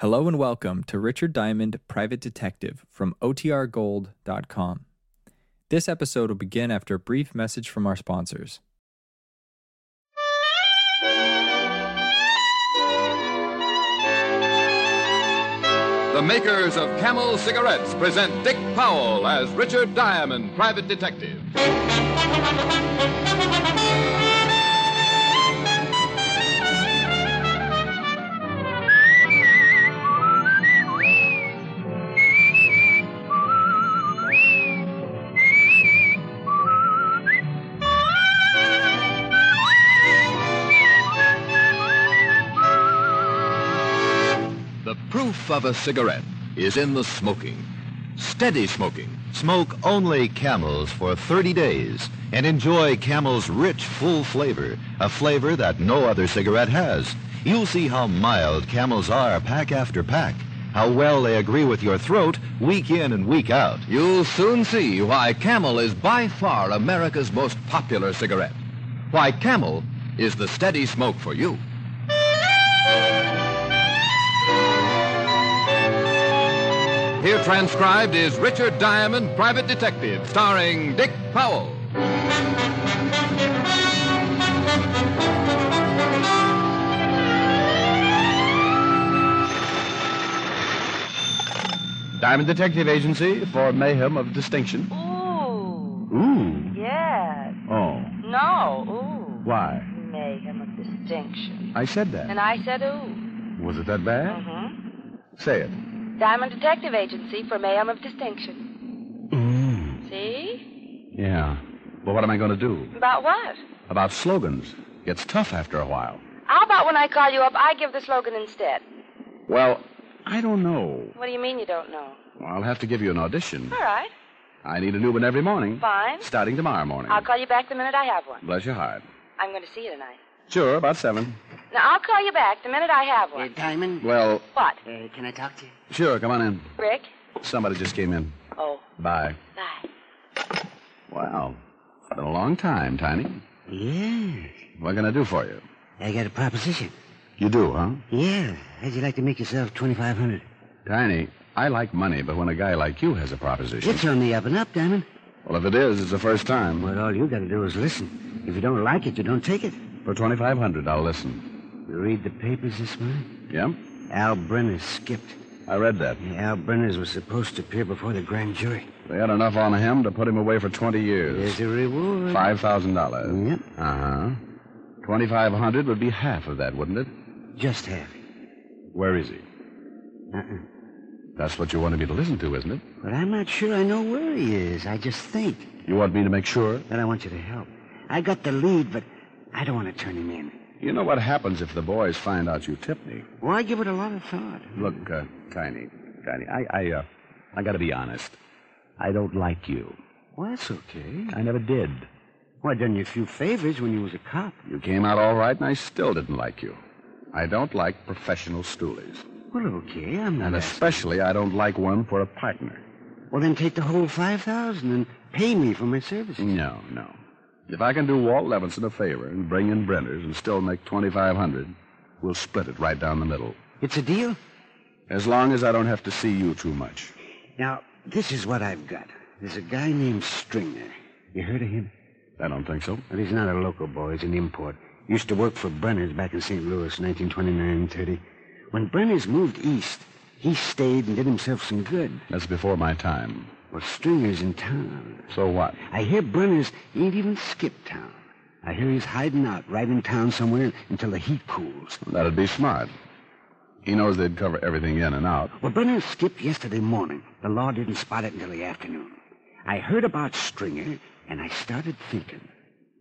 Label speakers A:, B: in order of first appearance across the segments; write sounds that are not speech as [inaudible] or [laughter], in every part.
A: Hello and welcome to Richard Diamond, Private Detective from OTRGold.com. This episode will begin after a brief message from our sponsors.
B: The makers of Camel cigarettes present Dick Powell as Richard Diamond, private detective. The proof of a cigarette is in the smoking. Steady smoking.
C: Smoke only camels for 30 days and enjoy camels' rich, full flavor, a flavor that no other cigarette has. You'll see how mild camels are pack after pack, how well they agree with your throat week in and week out.
B: You'll soon see why Camel is by far America's most popular cigarette. Why Camel is the steady smoke for you. Here transcribed is Richard Diamond, private detective, starring Dick Powell.
C: Diamond Detective Agency for Mayhem of Distinction.
D: Ooh.
C: Ooh.
D: Yes.
C: Oh.
D: No. Ooh.
C: Why?
D: Mayhem of distinction.
C: I said that.
D: And I said ooh.
C: Was it that bad?
D: Mm-hmm.
C: Say it.
D: Diamond Detective Agency for Mayhem of Distinction. See?
C: Yeah. Well, what am I going to do?
D: About what?
C: About slogans. Gets tough after a while.
D: How about when I call you up, I give the slogan instead?
C: Well, I don't know.
D: What do you mean you don't know?
C: I'll have to give you an audition.
D: All right.
C: I need a new one every morning.
D: Fine.
C: Starting tomorrow morning.
D: I'll call you back the minute I have one.
C: Bless your heart.
D: I'm going to see you tonight.
C: Sure, about seven.
D: Now, I'll call you back the minute I have
E: Uh,
D: one.
E: Diamond?
C: Well,
D: What?
E: Uh, can I talk to you?
C: sure, come on in.
D: Rick?
C: Somebody just came in.
D: Oh,
C: Bye.
D: bye.
C: Wow. Been a long time, Tiny.
E: Yes.
C: What can I do for you?
E: I got a proposition.
C: You do, huh?
E: Yeah. How'd you like to make yourself 2500
C: Tiny, I like money, but when a guy like you has a proposition.
E: It's on the up and up, Diamond.
C: Well, if it is, it's the first time.
E: Well, all you gotta do is listen. If you don't like it, you don't take it.
C: For 2500 I'll listen.
E: You read the papers this morning?
C: Yep?
E: Al Brenner skipped.
C: I read that.
E: Yeah, Al Brenner's was supposed to appear before the grand jury.
C: They had enough on him to put him away for 20
E: There's
C: years.
E: a reward.
C: $5,000.
E: Yep.
C: Uh-huh. 2500 would be half of that, wouldn't it?
E: Just half.
C: Where is he?
E: Uh-uh.
C: That's what you wanted me to listen to, isn't it?
E: But I'm not sure I know where he is. I just think.
C: You want me to make sure?
E: Then I want you to help. I got the lead, but I don't want to turn him in.
C: You know what happens if the boys find out you tipped me?
E: Well, I give it a lot of thought.
C: Look, uh, Tiny, Tiny, I, I, uh, I gotta be honest. I don't like you.
E: Well, that's okay.
C: I never did.
E: Well, I done you a few favors when you was a cop.
C: You came out all right, and I still didn't like you. I don't like professional stoolies.
E: Well, okay, I'm not.
C: And
E: asking.
C: especially, I don't like one for a partner.
E: Well, then take the whole five thousand and pay me for my services.
C: No, no. If I can do Walt Levinson a favor and bring in Brenner's and still make 2500 we'll split it right down the middle.
E: It's a deal.
C: As long as I don't have to see you too much.
E: Now, this is what I've got. There's a guy named Stringer. You heard of him?
C: I don't think so.
E: Well, he's not a local boy. He's an import. Used to work for Brenner's back in St. Louis, 1929-30. When Brenner's moved east, he stayed and did himself some good.
C: That's before my time.
E: Well, Stringer's in town.
C: So what?
E: I hear Brenner's ain't even skipped town. I hear he's hiding out right in town somewhere until the heat cools.
C: That'd be smart. He knows they'd cover everything in and out.
E: Well, Brenner skipped yesterday morning. The law didn't spot it until the afternoon. I heard about Stringer, and I started thinking.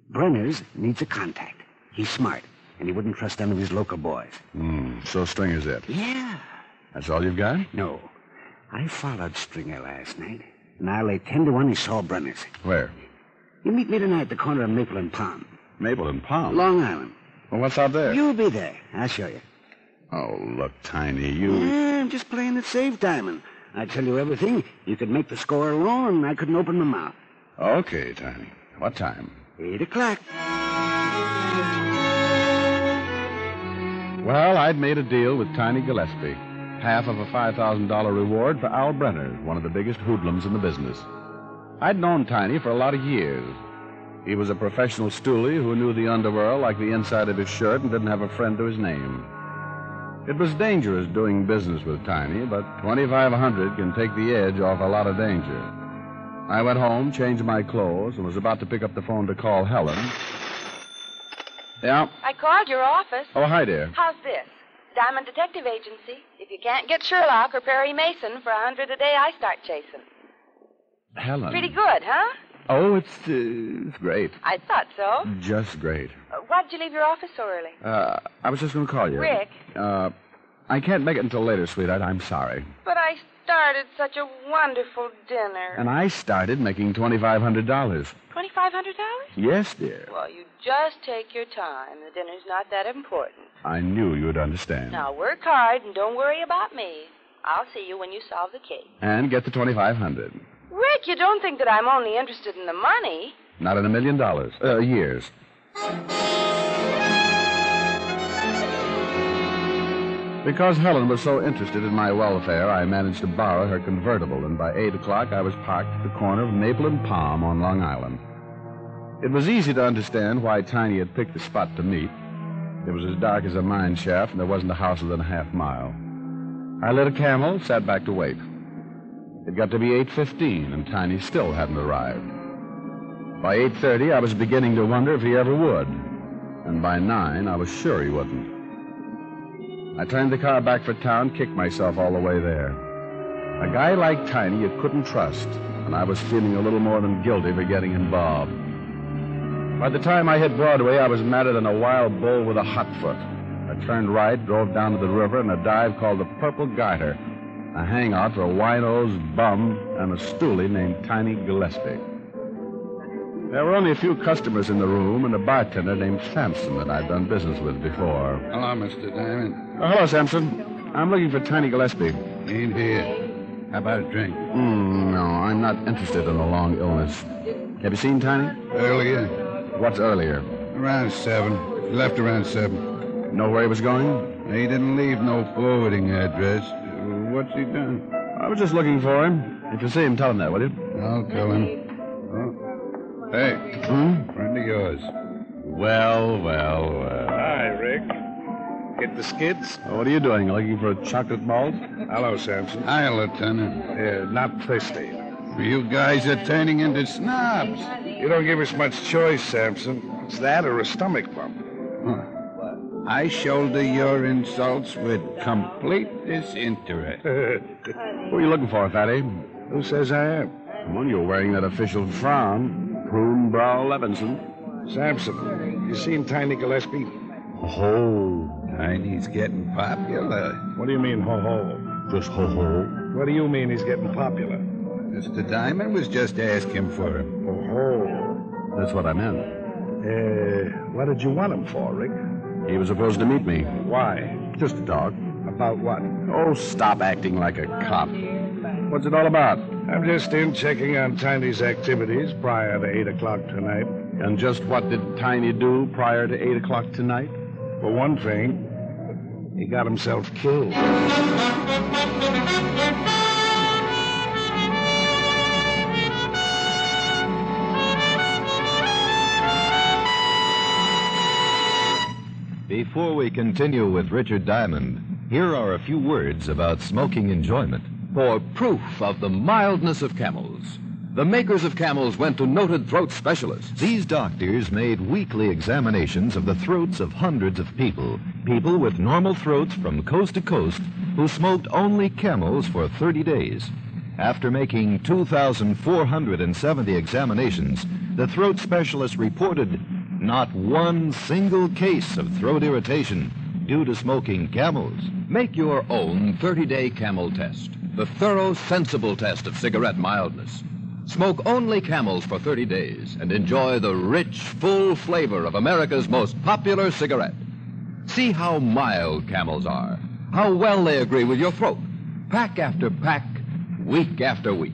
E: Brenner's needs a contact. He's smart, and he wouldn't trust none of his local boys.
C: Hmm, so Stringer's it.
E: Yeah.
C: That's all you've got?
E: No. I followed Stringer last night, and I lay ten to one he saw Brenner's.
C: Where?
E: You meet me tonight at the corner of Maple and Palm,
C: Maple and Palm.
E: Long Island.
C: Well, what's out there?
E: You'll be there. I'll show you.
C: Oh, look, Tiny, you...
E: Yeah, I'm just playing it safe, Diamond. I tell you everything. You could make the score alone, and I couldn't open my mouth.
C: Okay, Tiny. What time?
E: Eight o'clock.
C: Well, I'd made a deal with Tiny Gillespie. half of a $5,000 reward for Al Brenner, one of the biggest hoodlums in the business. I'd known Tiny for a lot of years. He was a professional stoolie who knew the underworld like the inside of his shirt and didn't have a friend to his name. It was dangerous doing business with Tiny, but 2500 can take the edge off a lot of danger. I went home, changed my clothes, and was about to pick up the phone to call Helen. Yeah?
D: I called your office.
C: Oh, hi, dear.
D: How's this? Diamond Detective Agency. If you can't get Sherlock or Perry Mason for a hundred a day, I start chasing.
C: Helen.
D: Pretty good, huh?
C: Oh, it's, uh, it's great.
D: I thought so.
C: Just great.
D: Uh, Why'd you leave your office so early?
C: Uh, I was just going to call you.
D: Rick.
C: Uh, I can't make it until later, sweetheart. I'm sorry.
D: But I started such a wonderful dinner.
C: And I started making $2,500.
D: Twenty-five hundred dollars?
C: Yes, dear.
D: Well, you just take your time. The dinner's not that important.
C: I knew you'd understand.
D: Now work hard and don't worry about me. I'll see you when you solve the case.
C: And get the 2500
D: Rick, you don't think that I'm only interested in the money?
C: Not in a million dollars. Uh, years. Because Helen was so interested in my welfare, I managed to borrow her convertible, and by 8 o'clock, I was parked at the corner of Maple and Palm on Long Island. It was easy to understand why Tiny had picked the spot to meet. It was as dark as a mine shaft, and there wasn't a house within a half mile. I lit a camel, sat back to wait. It got to be 8.15, and Tiny still hadn't arrived. By 8.30, I was beginning to wonder if he ever would. And by 9, I was sure he wouldn't. I turned the car back for town, kicked myself all the way there. A guy like Tiny you couldn't trust, and I was feeling a little more than guilty for getting involved. By the time I hit Broadway, I was madder than a wild bull with a hot foot. I turned right, drove down to the river, and a dive called the Purple Garter, a hangout for a wino's bum and a stoolie named Tiny Gillespie. There were only a few customers in the room and a bartender named Sampson that I'd done business with before.
E: Hello, Mr. Diamond.
C: Oh, hello, Sampson. I'm looking for Tiny Gillespie.
E: Ain't here. How about a drink?
C: Mm, no, I'm not interested in a long illness. Have you seen Tiny?
E: Earlier,
C: What's earlier?
E: around seven. He Left around seven.
C: Know where he was going?
E: He didn't leave no forwarding address. Uh, What's he done?
C: I was just looking for him. If you see him, tell him that, will you?
E: I'll tell him. Oh. Hey,
C: Hmm?
E: friend of yours.
C: Well, well, well.
E: Hi, Rick. Hit the skids?
C: What are you doing? Looking for a chocolate malt?
E: Hello, Sampson. Hi, Lieutenant. Yeah, not thirsty. You guys are turning into snobs. You don't give us much choice, Sampson. It's that or a stomach bump. I shoulder your insults with complete [laughs] disinterest.
C: Who are you looking for, Fatty?
E: Who says I am?
C: Well, you're wearing that official frown. Prune brow Levinson.
E: Sampson, you seen Tiny Gillespie?
C: Ho.
E: Tiny's getting popular.
C: What do you mean, ho ho? Just ho ho.
E: What do you mean he's getting popular? Mr. Diamond was just asking for him. Oh,
C: That's what I meant.
E: uh, what did you want him for, Rick?
C: He was supposed to meet me.
E: Why?
C: Just a dog.
E: About what?
C: Oh, stop acting like a cop. What's it all about?
E: I'm just in checking on Tiny's activities prior to 8 o'clock tonight.
C: And just what did Tiny do prior to 8 o'clock tonight?
E: For one thing, he got himself killed.
F: Before we continue with Richard Diamond, here are a few words about smoking enjoyment.
B: For proof of the mildness of camels, the makers of camels went to noted throat specialists.
F: These doctors made weekly examinations of the throats of hundreds of people, people with normal throats from coast to coast, who smoked only camels for 30 days. After making 2,470 examinations, the throat specialist reported not one single case of throat irritation due to smoking camels.
B: Make your own 30 day camel test, the thorough, sensible test of cigarette mildness. Smoke only camels for 30 days and enjoy the rich, full flavor of America's most popular cigarette. See how mild camels are, how well they agree with your throat, pack after pack, week after week.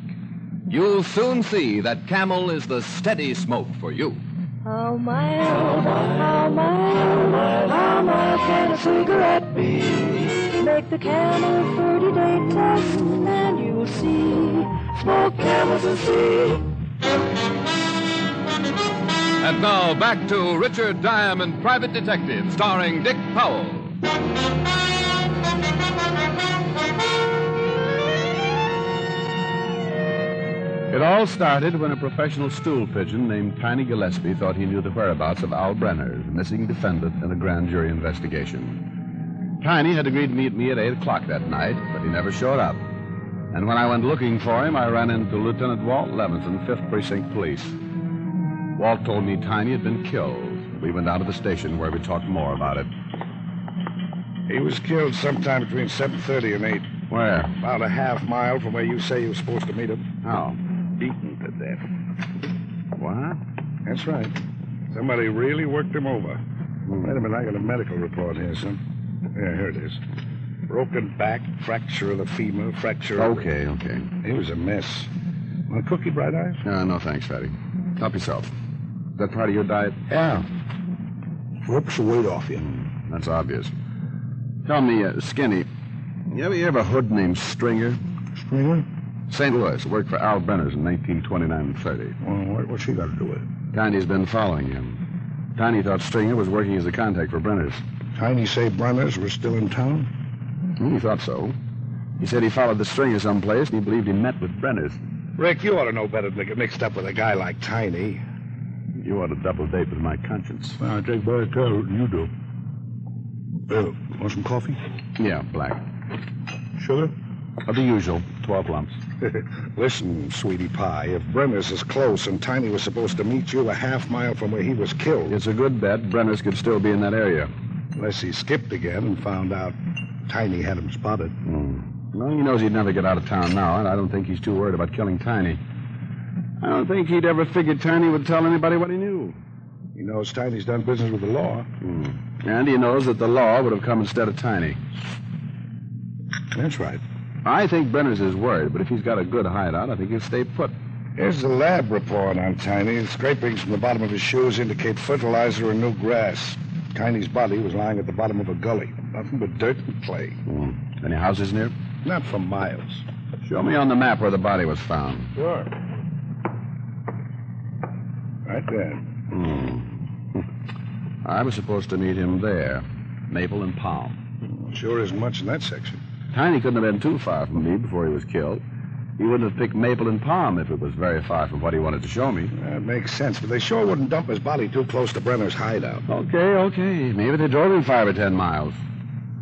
B: You'll soon see that camel is the steady smoke for you.
G: How mild, how mild, how mild can a cigarette be? Take the camel 30-day test and you will see. Smoke camels and see.
B: And now back to Richard Diamond, Private Detective, starring Dick Powell.
C: It all started when a professional stool pigeon named Tiny Gillespie thought he knew the whereabouts of Al Brenner, the missing defendant in a grand jury investigation. Tiny had agreed to meet me at 8 o'clock that night, but he never showed up. And when I went looking for him, I ran into Lieutenant Walt Levinson, 5th Precinct Police. Walt told me Tiny had been killed. We went down to the station where we talked more about it.
E: He was killed sometime between 7.30 and 8.
C: Where?
E: About a half mile from where you say you were supposed to meet him.
C: How?
E: Beaten to death.
C: What?
E: That's right. Somebody really worked him over. Wait a minute, I got a medical report here, son. Yeah, here it is. Broken back, fracture of the femur, fracture of...
C: Okay, okay.
E: He was a mess. Want a cookie, Bright Eyes?
C: Uh, no, thanks, Fatty. Help yourself. Is that part of your diet?
E: Yeah. Rips the weight off you.
C: Hmm, That's obvious. Tell me, uh, Skinny, you ever hear of a hood named Stringer?
E: Stringer?
C: St. Louis worked for Al Brenner's in 1929 and 30.
E: Well, what, what's he got to do with it?
C: Tiny's been following him. Tiny thought Stringer was working as a contact for Brenner's.
E: Tiny say Brenners were still in town?
C: Hmm, He thought so. He said he followed the Stringer someplace and he believed he met with Brenner's.
E: Rick, you ought to know better than to get mixed up with a guy like Tiny.
C: You ought to double date with my conscience.
E: Well, I take better care than you do. Bill, want some coffee?
C: Yeah, Black.
E: Sugar? [laughs]
C: Uh, the usual, 12 lumps.
E: Listen, sweetie pie, if Brenner's is close and Tiny was supposed to meet you a half mile from where he was killed,
C: It's a good bet Brenner's could still be in that area.
E: unless he skipped again and found out Tiny had him spotted.
C: Well, he knows he'd never get out of town now, and I don't think he's too worried about killing Tiny. I don't think he'd ever figured Tiny would tell anybody what he knew.
E: He knows Tiny's done business with the law.
C: And he knows that the law would have come instead of Tiny.
E: That's right.
C: I think Brenner's is worried, but if he's got a good hideout, I think he'll stay put.
E: Here's the lab report on Tiny. Scrapings from the bottom of his shoes indicate fertilizer and new grass. Tiny's body was lying at the bottom of a gully. Nothing but dirt and clay.
C: Hmm. Any houses near?
E: Not for miles.
C: Show me on the map where the body was found.
E: Sure. Right there.
C: I was supposed to meet him there, Maple and Palm.
E: Sure isn't much in that section.
C: Tiny couldn't have been too far from me before he was killed. He wouldn't have picked Maple and Palm if it was very far from what he wanted to show me.
E: That Uh, makes sense, but they sure wouldn't dump his body too close to Brenner's hideout.
C: Okay, okay. Maybe they drove him five or ten miles.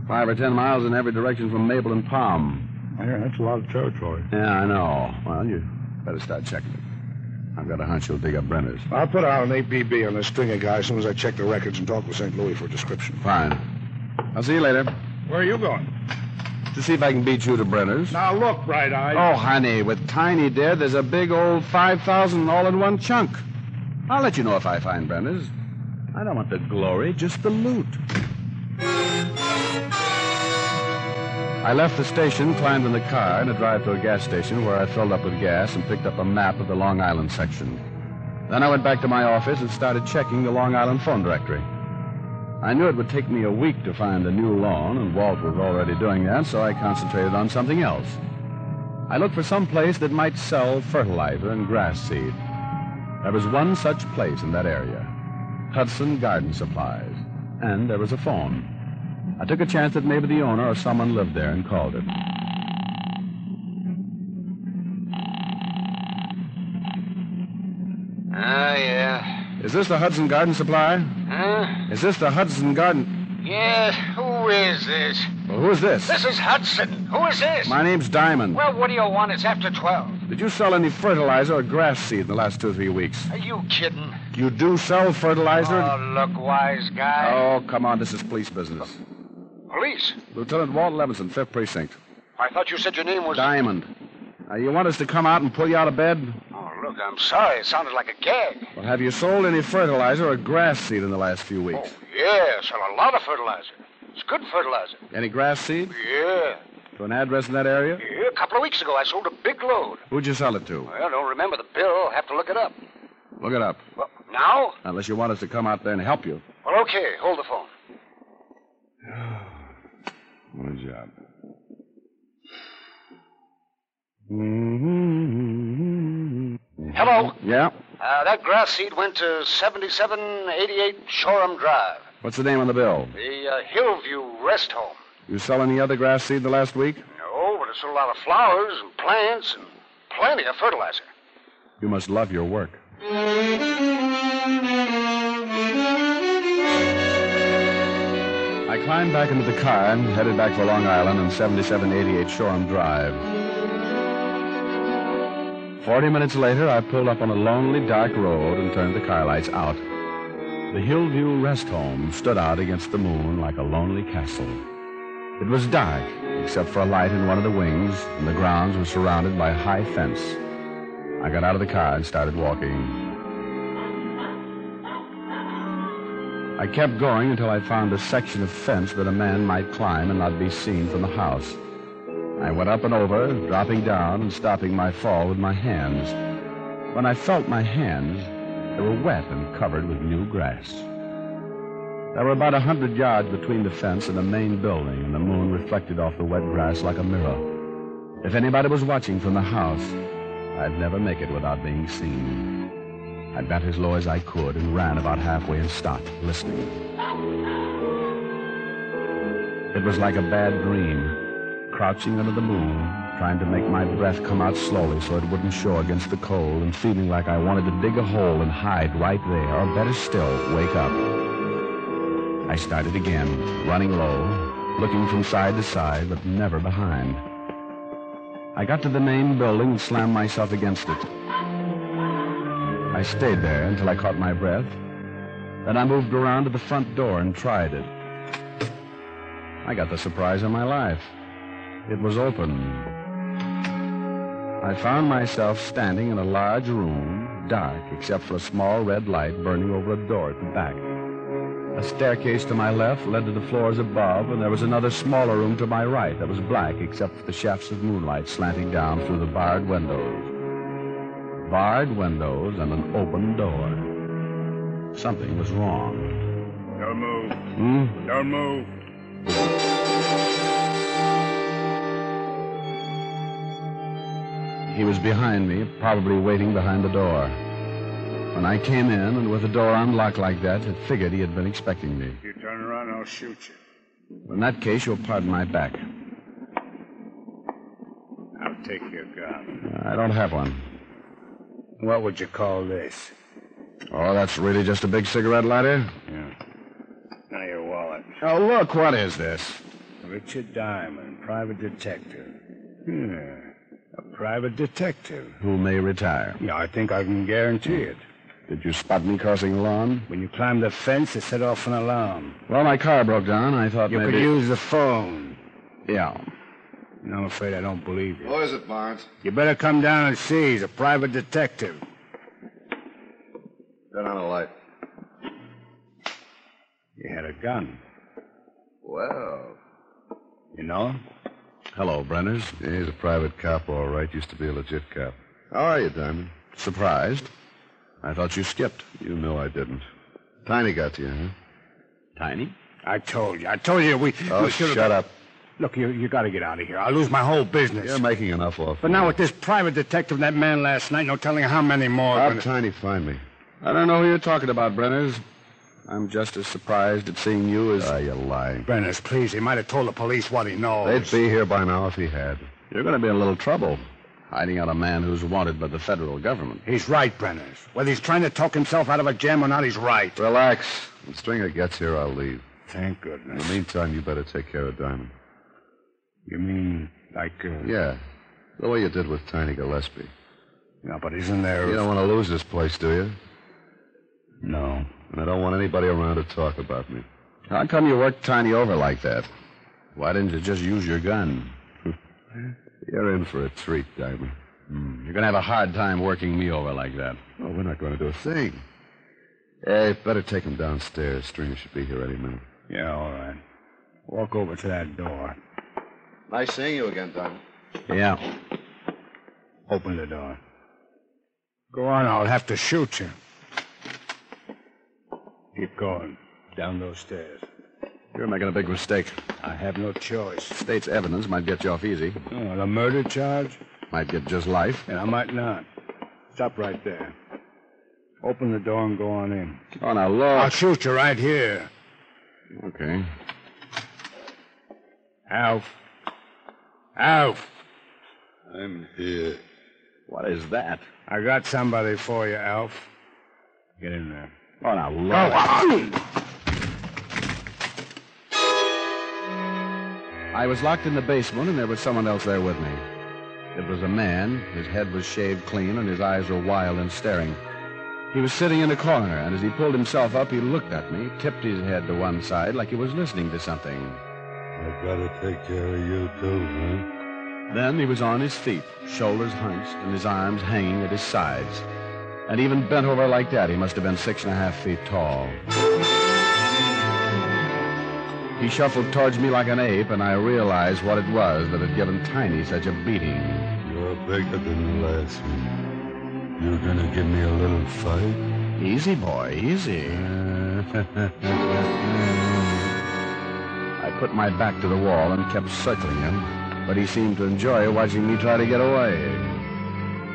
C: Five or ten miles in every direction from Maple and Palm.
E: Yeah, that's a lot of territory.
C: Yeah, I know. Well, you better start checking it. I've got a hunch you'll dig up Brenner's.
E: I'll put out an APB on this stringer guy as soon as I check the records and talk with St. Louis for a description.
C: Fine. I'll see you later.
E: Where are you going?
C: To see if I can beat you to Brenner's.
E: Now look, Bright Eyes.
C: Oh, honey, with Tiny dead, there's a big old 5,000 all in one chunk. I'll let you know if I find Brenner's. I don't want the glory, just the loot. I left the station, climbed in the car, and a drive to a gas station where I filled up with gas and picked up a map of the Long Island section. Then I went back to my office and started checking the Long Island phone directory. I knew it would take me a week to find a new lawn, and Walt was already doing that, so I concentrated on something else. I looked for some place that might sell fertilizer and grass seed. There was one such place in that area Hudson Garden Supplies. And there was a phone. I took a chance that maybe the owner or someone lived there and called it.
H: Ah, yeah.
C: Is this the Hudson Garden Supply?
H: Huh?
C: Is this the Hudson Garden?
H: Yeah, who is this?
C: Well, who is this?
H: This is Hudson. Who is this?
C: My name's Diamond.
H: Well, what do you want? It's after 12.
C: Did you sell any fertilizer or grass seed in the last two or three weeks?
H: Are you kidding?
C: You do sell fertilizer?
H: Oh, look, wise guy.
C: Oh, come on. This is police business.
E: Oh.
H: Police?
C: Lieutenant Walt Levinson, 5th Precinct.
H: I thought you said your name was.
C: Diamond. Now, you want us to come out and pull you out of bed?
H: Oh, look, I'm sorry. It sounded like a gag.
C: Well, have you sold any fertilizer or grass seed in the last few
H: Oh,
C: weeks?
H: yeah, sell a lot of fertilizer. It's good fertilizer.
C: Any grass seed?
H: Yeah.
C: To an address in that area?
H: Yeah, a couple of weeks ago, I sold a big load.
C: Who'd you sell it to?
H: Well, don't remember the bill. Have to look it up.
C: Look it up.
H: Well, now?
C: Unless you want us to come out there and help you.
H: Well, okay. Hold the phone.
E: What a job.
C: Mm-hmm.
H: Hello.
C: Yeah?
H: Uh, that grass seed went to 7788 Shoreham Drive,
C: What's the name on the bill?
H: the uh, Hillview Rest Home.
C: You sell any other grass seed the last week?
H: No, but it's a lot of flowers and plants and plenty of fertilizer.
C: You must love your work. I climbed back into the car and headed back for Long Island and 7788 Shoreham Drive. Forty minutes later, I pulled up on a lonely, dark road and turned the car lights out. The Hillview Rest Home stood out against the moon like a lonely castle. It was dark, except for a light in one of the wings, and the grounds were surrounded by a high fence. I got out of the car and started walking. I kept going until I found a section of fence that a man might climb and not be seen from the house. I went up and over, dropping down and stopping my fall with my hands. When I felt my hands, they were wet and covered with new grass. There were about a hundred yards between the fence and the main building, and the moon reflected off the wet grass like a mirror. If anybody was watching from the house, I'd never make it without being seen. I bent as low as I could and ran about halfway and stopped, listening. It was like a bad dream, crouching under the moon, trying to make my breath come out slowly so it wouldn't show against the cold, and feeling like I wanted to dig a hole and hide right there, or better still, wake up. I started again, running low, looking from side to side, but never behind. I got to the main building and slammed myself against it. I stayed there until I caught my breath. Then I moved around to the front door and tried it. I got the surprise of my life. It was open. I found myself standing in a large room, dark except for a small red light burning over a door at the back. A staircase to my left led to the floors above, and there was another smaller room to my right that was black except for the shafts of moonlight slanting down through the barred windows. Barred windows and an open door. Something was wrong.
E: Don't move.
C: Hmm?
E: Don't move.
C: He was behind me, probably waiting behind the door. When I came in, and with the door unlocked like that, it figured he had been expecting me.
E: If you turn around, I'll shoot you.
C: In that case, you'll pardon my back.
E: I'll take your gun.
C: I don't have one.
E: What would you call this?
C: Oh, that's really just a big cigarette lighter?
E: Yeah. Now your wallet.
C: Oh, look, what is this?
E: Richard Diamond, private detective. Yeah. A private detective.
C: Who may retire.
E: Yeah, I think I can guarantee it.
C: Did you spot me crossing the lawn?
E: When you climbed the fence, it set off an alarm.
C: Well, my car broke down. I thought
E: You
C: maybe.
E: could use the phone.
C: Yeah.
E: And I'm afraid I don't believe you.
C: is it, Barnes?
E: You better come down and see. He's a private detective.
C: Turn on a light.
E: You had a gun.
C: Well.
E: You know him?
C: Hello, Brenners. He's a private cop, all right. Used to be a legit cop. How are you, Diamond? Surprised? I thought you skipped. You know I didn't. Tiny got to you, huh? Tiny?
E: I told you. I told you we.
C: Oh,
E: we should've-
C: [laughs] shut up.
E: Look, you, you got to get out of here. I'll lose my whole business.
C: You're making enough off.
E: But now with this private detective and that man last night, no telling how many more. are
C: How
E: gonna-
C: Tiny find me? I don't know who you're talking about, Brenners. I'm just as surprised at seeing you as. Ah, you're lying.
E: Brenners, please. He might have told the police what he knows.
C: be here by now if he had. You're going to be in a little trouble. Hiding out a man who's wanted by the federal government.
E: He's right, Brenners. Whether he's trying to talk himself out of a jam or not, he's right.
C: Relax. When Stringer gets here, I'll leave.
E: Thank goodness.
C: meantime, you better take care of Diamond.
E: You mean like? Uh,
C: Yeah. The way you did with Tiny Gillespie.
E: No, but isn't there?
C: You don't want to lose this place, do you?
E: No.
C: And I don't want anybody around to talk about me. How come you worked Tiny over like that? Why didn't you just use your gun? You're in for a treat, Diamond. Hmm, you're going to have a hard time working me over like that. Eh, Oh, we're not going to do a thing. Hey, better take him downstairs. Stringer should be here any minute.
E: Yeah, all right. Walk over to that door.
C: Nice seeing you again, Diamond. Yeah.
E: Open the door. Go on, I'll have to shoot you. Keep going. Down those stairs. You're making a big mistake.
C: I have no choice.
E: State's evidence might get you off easy.
C: Oh, the murder charge?
E: Might get just life.
C: And I might not. Stop right there. Open the door and go on in.
E: Oh, now,
C: I'll
E: look.
C: shoot you right here.
E: Okay.
C: Alf. Alf. I'm here.
E: What is that?
C: I got somebody for you, Alf. Get in there.
E: Oh, now, look. I was locked in the basement, and there was someone else there with me. It was a man. His head was shaved clean, and his eyes were wild and staring. He was sitting in a corner, and as he pulled himself up, he looked at me, tipped his head to one side like he was listening to something.
I: I gotta take care of you too, huh?
E: Then he was on his feet, shoulders hunched, and his arms hanging at his sides. And even bent over like that, he must have been six and a half feet tall. He shuffled towards me like an ape, and I realized what it was that had given Tiny such a beating.
I: You're bigger than the last one. You're gonna give me a little fight?
E: Easy, boy, easy.
I: [laughs]
E: I put my back to the wall and kept circling him, but he seemed to enjoy watching me try to get away.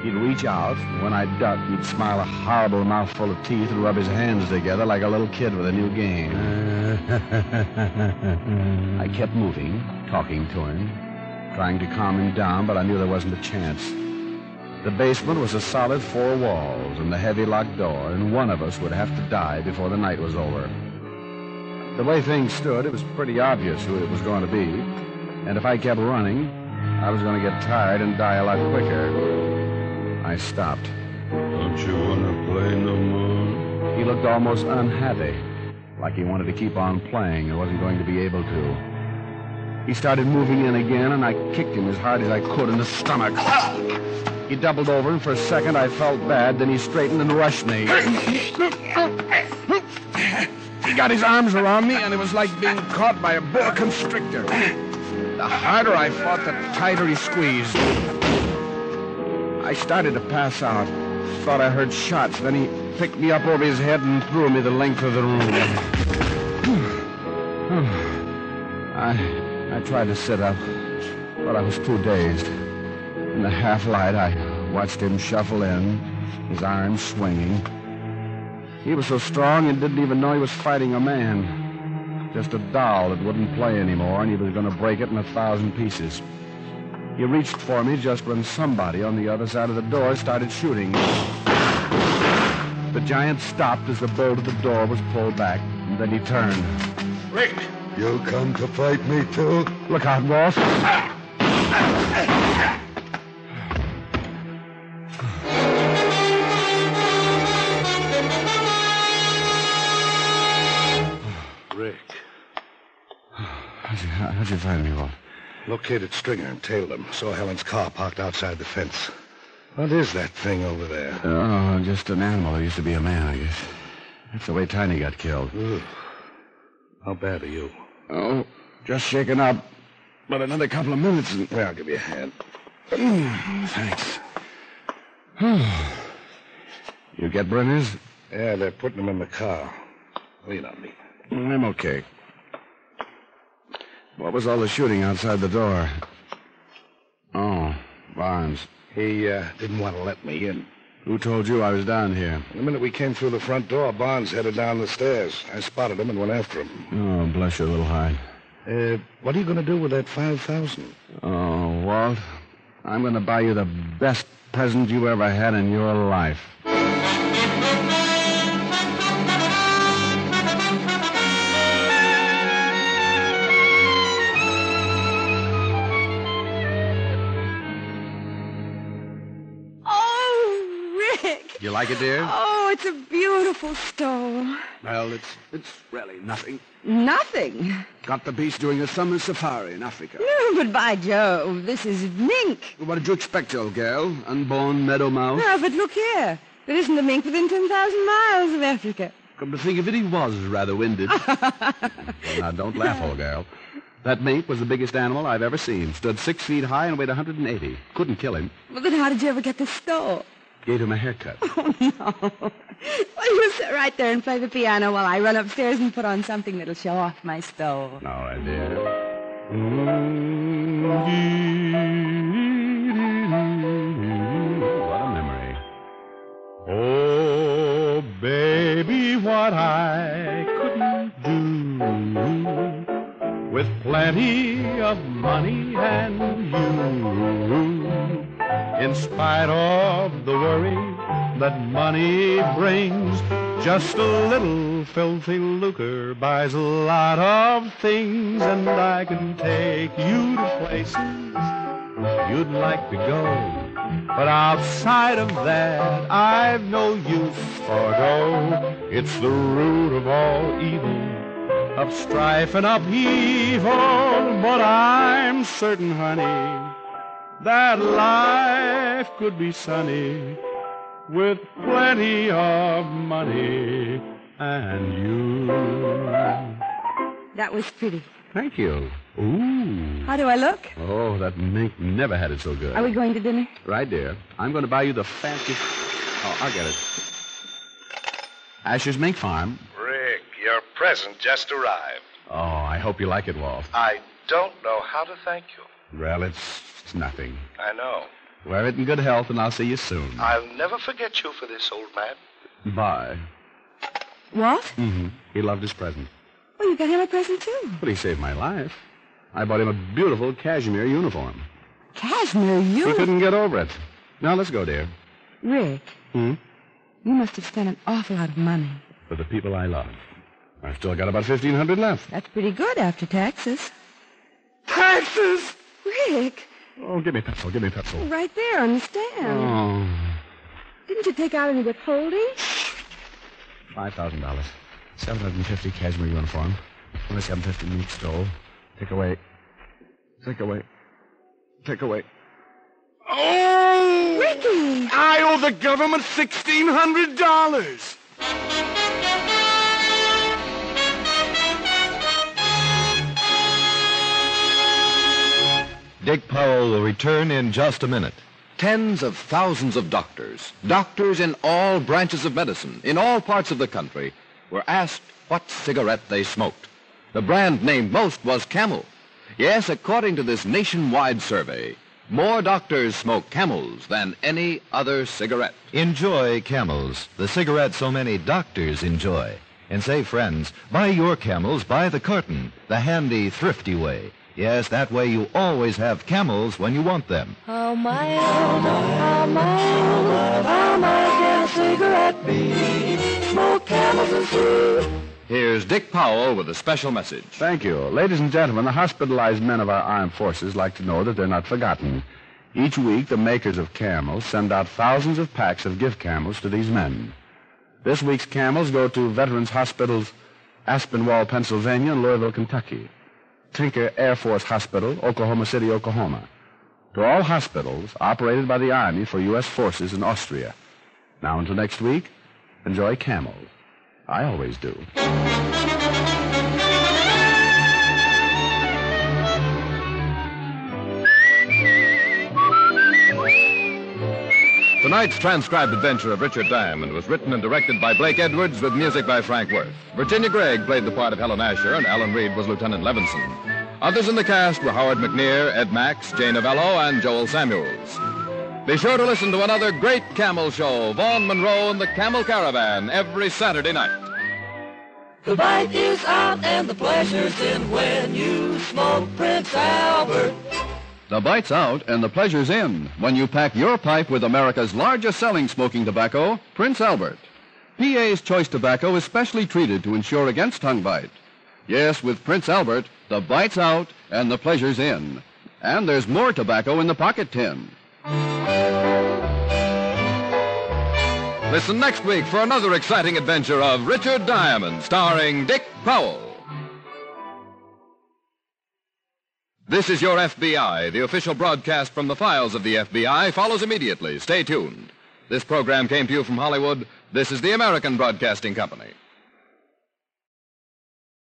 E: He'd reach out, and when I ducked, he'd smile a horrible mouthful of teeth and rub his hands together like a little kid with a new game. I kept moving, talking to him, trying to calm him down, but I knew there wasn't a chance. The basement was a solid four walls and a heavy locked door, and one of us would have to die before the night was over. The way things stood, it was pretty obvious who it was going to be, and if I kept running, I was going to get tired and die a lot quicker. I stopped.
I: Don't you wanna play no more?
E: He looked almost unhappy, like he wanted to keep on playing and wasn't going to be able to. He started moving in again, and I kicked him as hard as I could in the stomach. He doubled over, and for a second I felt bad. Then he straightened and rushed me. He got his arms around me, and it was like being caught by a boa constrictor. The harder I fought, the tighter he squeezed. I started to pass out. Thought I heard shots. Then he picked me up over his head and threw me the length of the room. [sighs] I, I tried to sit up, but I was too dazed. In the half light, I watched him shuffle in, his arms swinging. He was so strong, he didn't even know he was fighting a man. Just a doll that wouldn't play anymore, and he was going to break it in a thousand pieces. He reached for me just when somebody on the other side of the door started shooting. The giant stopped as the bolt of the door was pulled back, and then he turned.
I: You come to fight me too?
E: Look out, boss.
C: Rick.
E: How'd you, how'd you find me, Walt?
C: Located Stringer and tailed him. Saw Helen's car parked outside the fence. What is that thing over there?
E: Oh, just an animal. He used to be a man, I guess. That's the way Tiny got killed.
C: How bad are you?
E: Oh, just shaken up.
C: But another couple of minutes and... Well, I'll give you a hand.
E: Mm, Thanks. [sighs] you get Brenner's?
C: Yeah, they're putting him in the car. Lean on me.
E: Mm, I'm okay. What was all the shooting outside the door? Oh, Barnes.
C: He uh, didn't want to let me in.
E: Who told you I was down here?
C: The minute we came through the front door, Barnes headed down the stairs. I spotted him and went after him.
E: Oh, bless your little heart.
C: Uh, what are you going to do with that 5000
E: Oh, Walt, I'm going to buy you the best present you ever had in your life.
J: Oh, Rick.
E: You like it, dear?
J: Oh, it's a beautiful stole.
E: Well, it's it's really nothing.
J: Nothing. [laughs]
E: Got the beast doing a summer safari in Africa.
J: No, but by Jove, this is mink.
E: What did you expect, old girl? Unborn meadow mouse? [laughs]
J: No, Ah, but look here. There isn't a mink within 10,000 miles of Africa.
E: Come to think of it, he was rather [laughs] winded. now, don't laugh, old girl. That mink was the biggest animal I've ever seen. Stood six feet high and weighed 180. Couldn't kill him.
J: Well, then how did you ever get this stole?
K: Gave him a haircut.
J: Well, you sit right there and play the piano while I run upstairs and put on something that'll show off my stove.
K: All right, dear. What a memory.
E: Oh, baby, what I couldn't do with plenty of money and you. In spite of the worry that money brings, just a little filthy lucre buys a lot of things, and I can take you to places you'd like to go. But outside of that, I've no use for dough. It's the root of all evil, of strife and upheaval. But I'm certain, honey, that life could be sunny with plenty of money and you.
J: That was pretty.
K: Thank you. Ooh.
J: How do I look?
K: Oh, that mink never had it so good.
J: Are we going to dinner?
K: Right, dear. I'm going to buy you the fastest. Oh, I'll get it. Asher's Mink Farm.
H: Rick, your present just arrived.
K: Oh, I hope you like it, Walt.
H: I don't know how to thank you.
K: Well, it's, it's nothing.
H: I know.
K: Wear it in good health, and I'll see you soon.
H: I'll never forget you for this, old man.
K: Bye.
J: What?
K: Mm-hmm. He loved his present.
J: Well, you got him a present, too.
K: But he saved my life. I bought him a beautiful cashmere uniform.
J: Cashmere, you.
K: He couldn't get over it. Now, let's go, dear.
J: Rick,
K: Hmm?
J: you must have spent an awful lot of money.
K: For the people I love. I've still got about 1500 left.
J: That's pretty good after taxes.
K: Taxes?
J: Rick,
K: Oh, give me pencil, give me pencil.
J: right there on the stand.
K: Oh,
J: Didn't you take out any withholding?
K: $5,000. 750 cashmere uniform. 2750 meat stove. Take away. Take away. Take away. Oh!
J: Ricky!
K: I owe the government $1,600.
L: Dick Powell will return in just a minute.
C: Tens of thousands of doctors, doctors in all branches of medicine, in all parts of the country, were asked what cigarette they smoked. The brand named most was Camel. Yes, according to this nationwide survey, more doctors smoke Camels than any other cigarette.
L: Enjoy Camels, the cigarette so many doctors enjoy. And say, friends, buy your Camels by the carton, the handy, thrifty way. Yes, that way you always have Camels when you want them.
G: How mild, how mild, how mild can a cigarette be? Smoke camels and see.
C: Here's Dick Powell with a special message.
K: Thank you. Ladies and gentlemen, the hospitalized men of our armed forces like to know that they're not forgotten. Each week, the makers of camels send out thousands of packs of gift camels to these men. This week's camels go to Veterans Hospitals, Aspinwall, Pennsylvania, and Louisville, Kentucky. Tinker Air Force Hospital, Oklahoma City, Oklahoma. To all hospitals operated by the Army for U.S. forces in Austria. Now until next week, enjoy camels. I always do.
C: Tonight's transcribed adventure of Richard Diamond was written and directed by Blake Edwards with music by Frank Worth. Virginia Gregg played the part of Helen Asher, and Alan Reed was Lieutenant Levinson. Others in the cast were Howard McNear, Ed Max, Jane Avello, and Joel Samuels. Be sure to listen to another great camel show, Vaughn Monroe and the Camel Caravan, every Saturday night.
G: The bite is out and the pleasure's in when you smoke Prince Albert.
C: The bite's out and the pleasure's in when you pack your pipe with America's largest selling smoking tobacco, Prince Albert. PA's Choice Tobacco is specially treated to ensure against tongue bite. Yes, with Prince Albert, the bite's out and the pleasure's in. And there's more tobacco in the pocket tin. Listen next week for another exciting adventure of Richard Diamond, starring Dick Powell. This is Your FBI. The official broadcast from the files of the FBI follows immediately. Stay tuned. This program came to you from Hollywood. This is the American Broadcasting Company.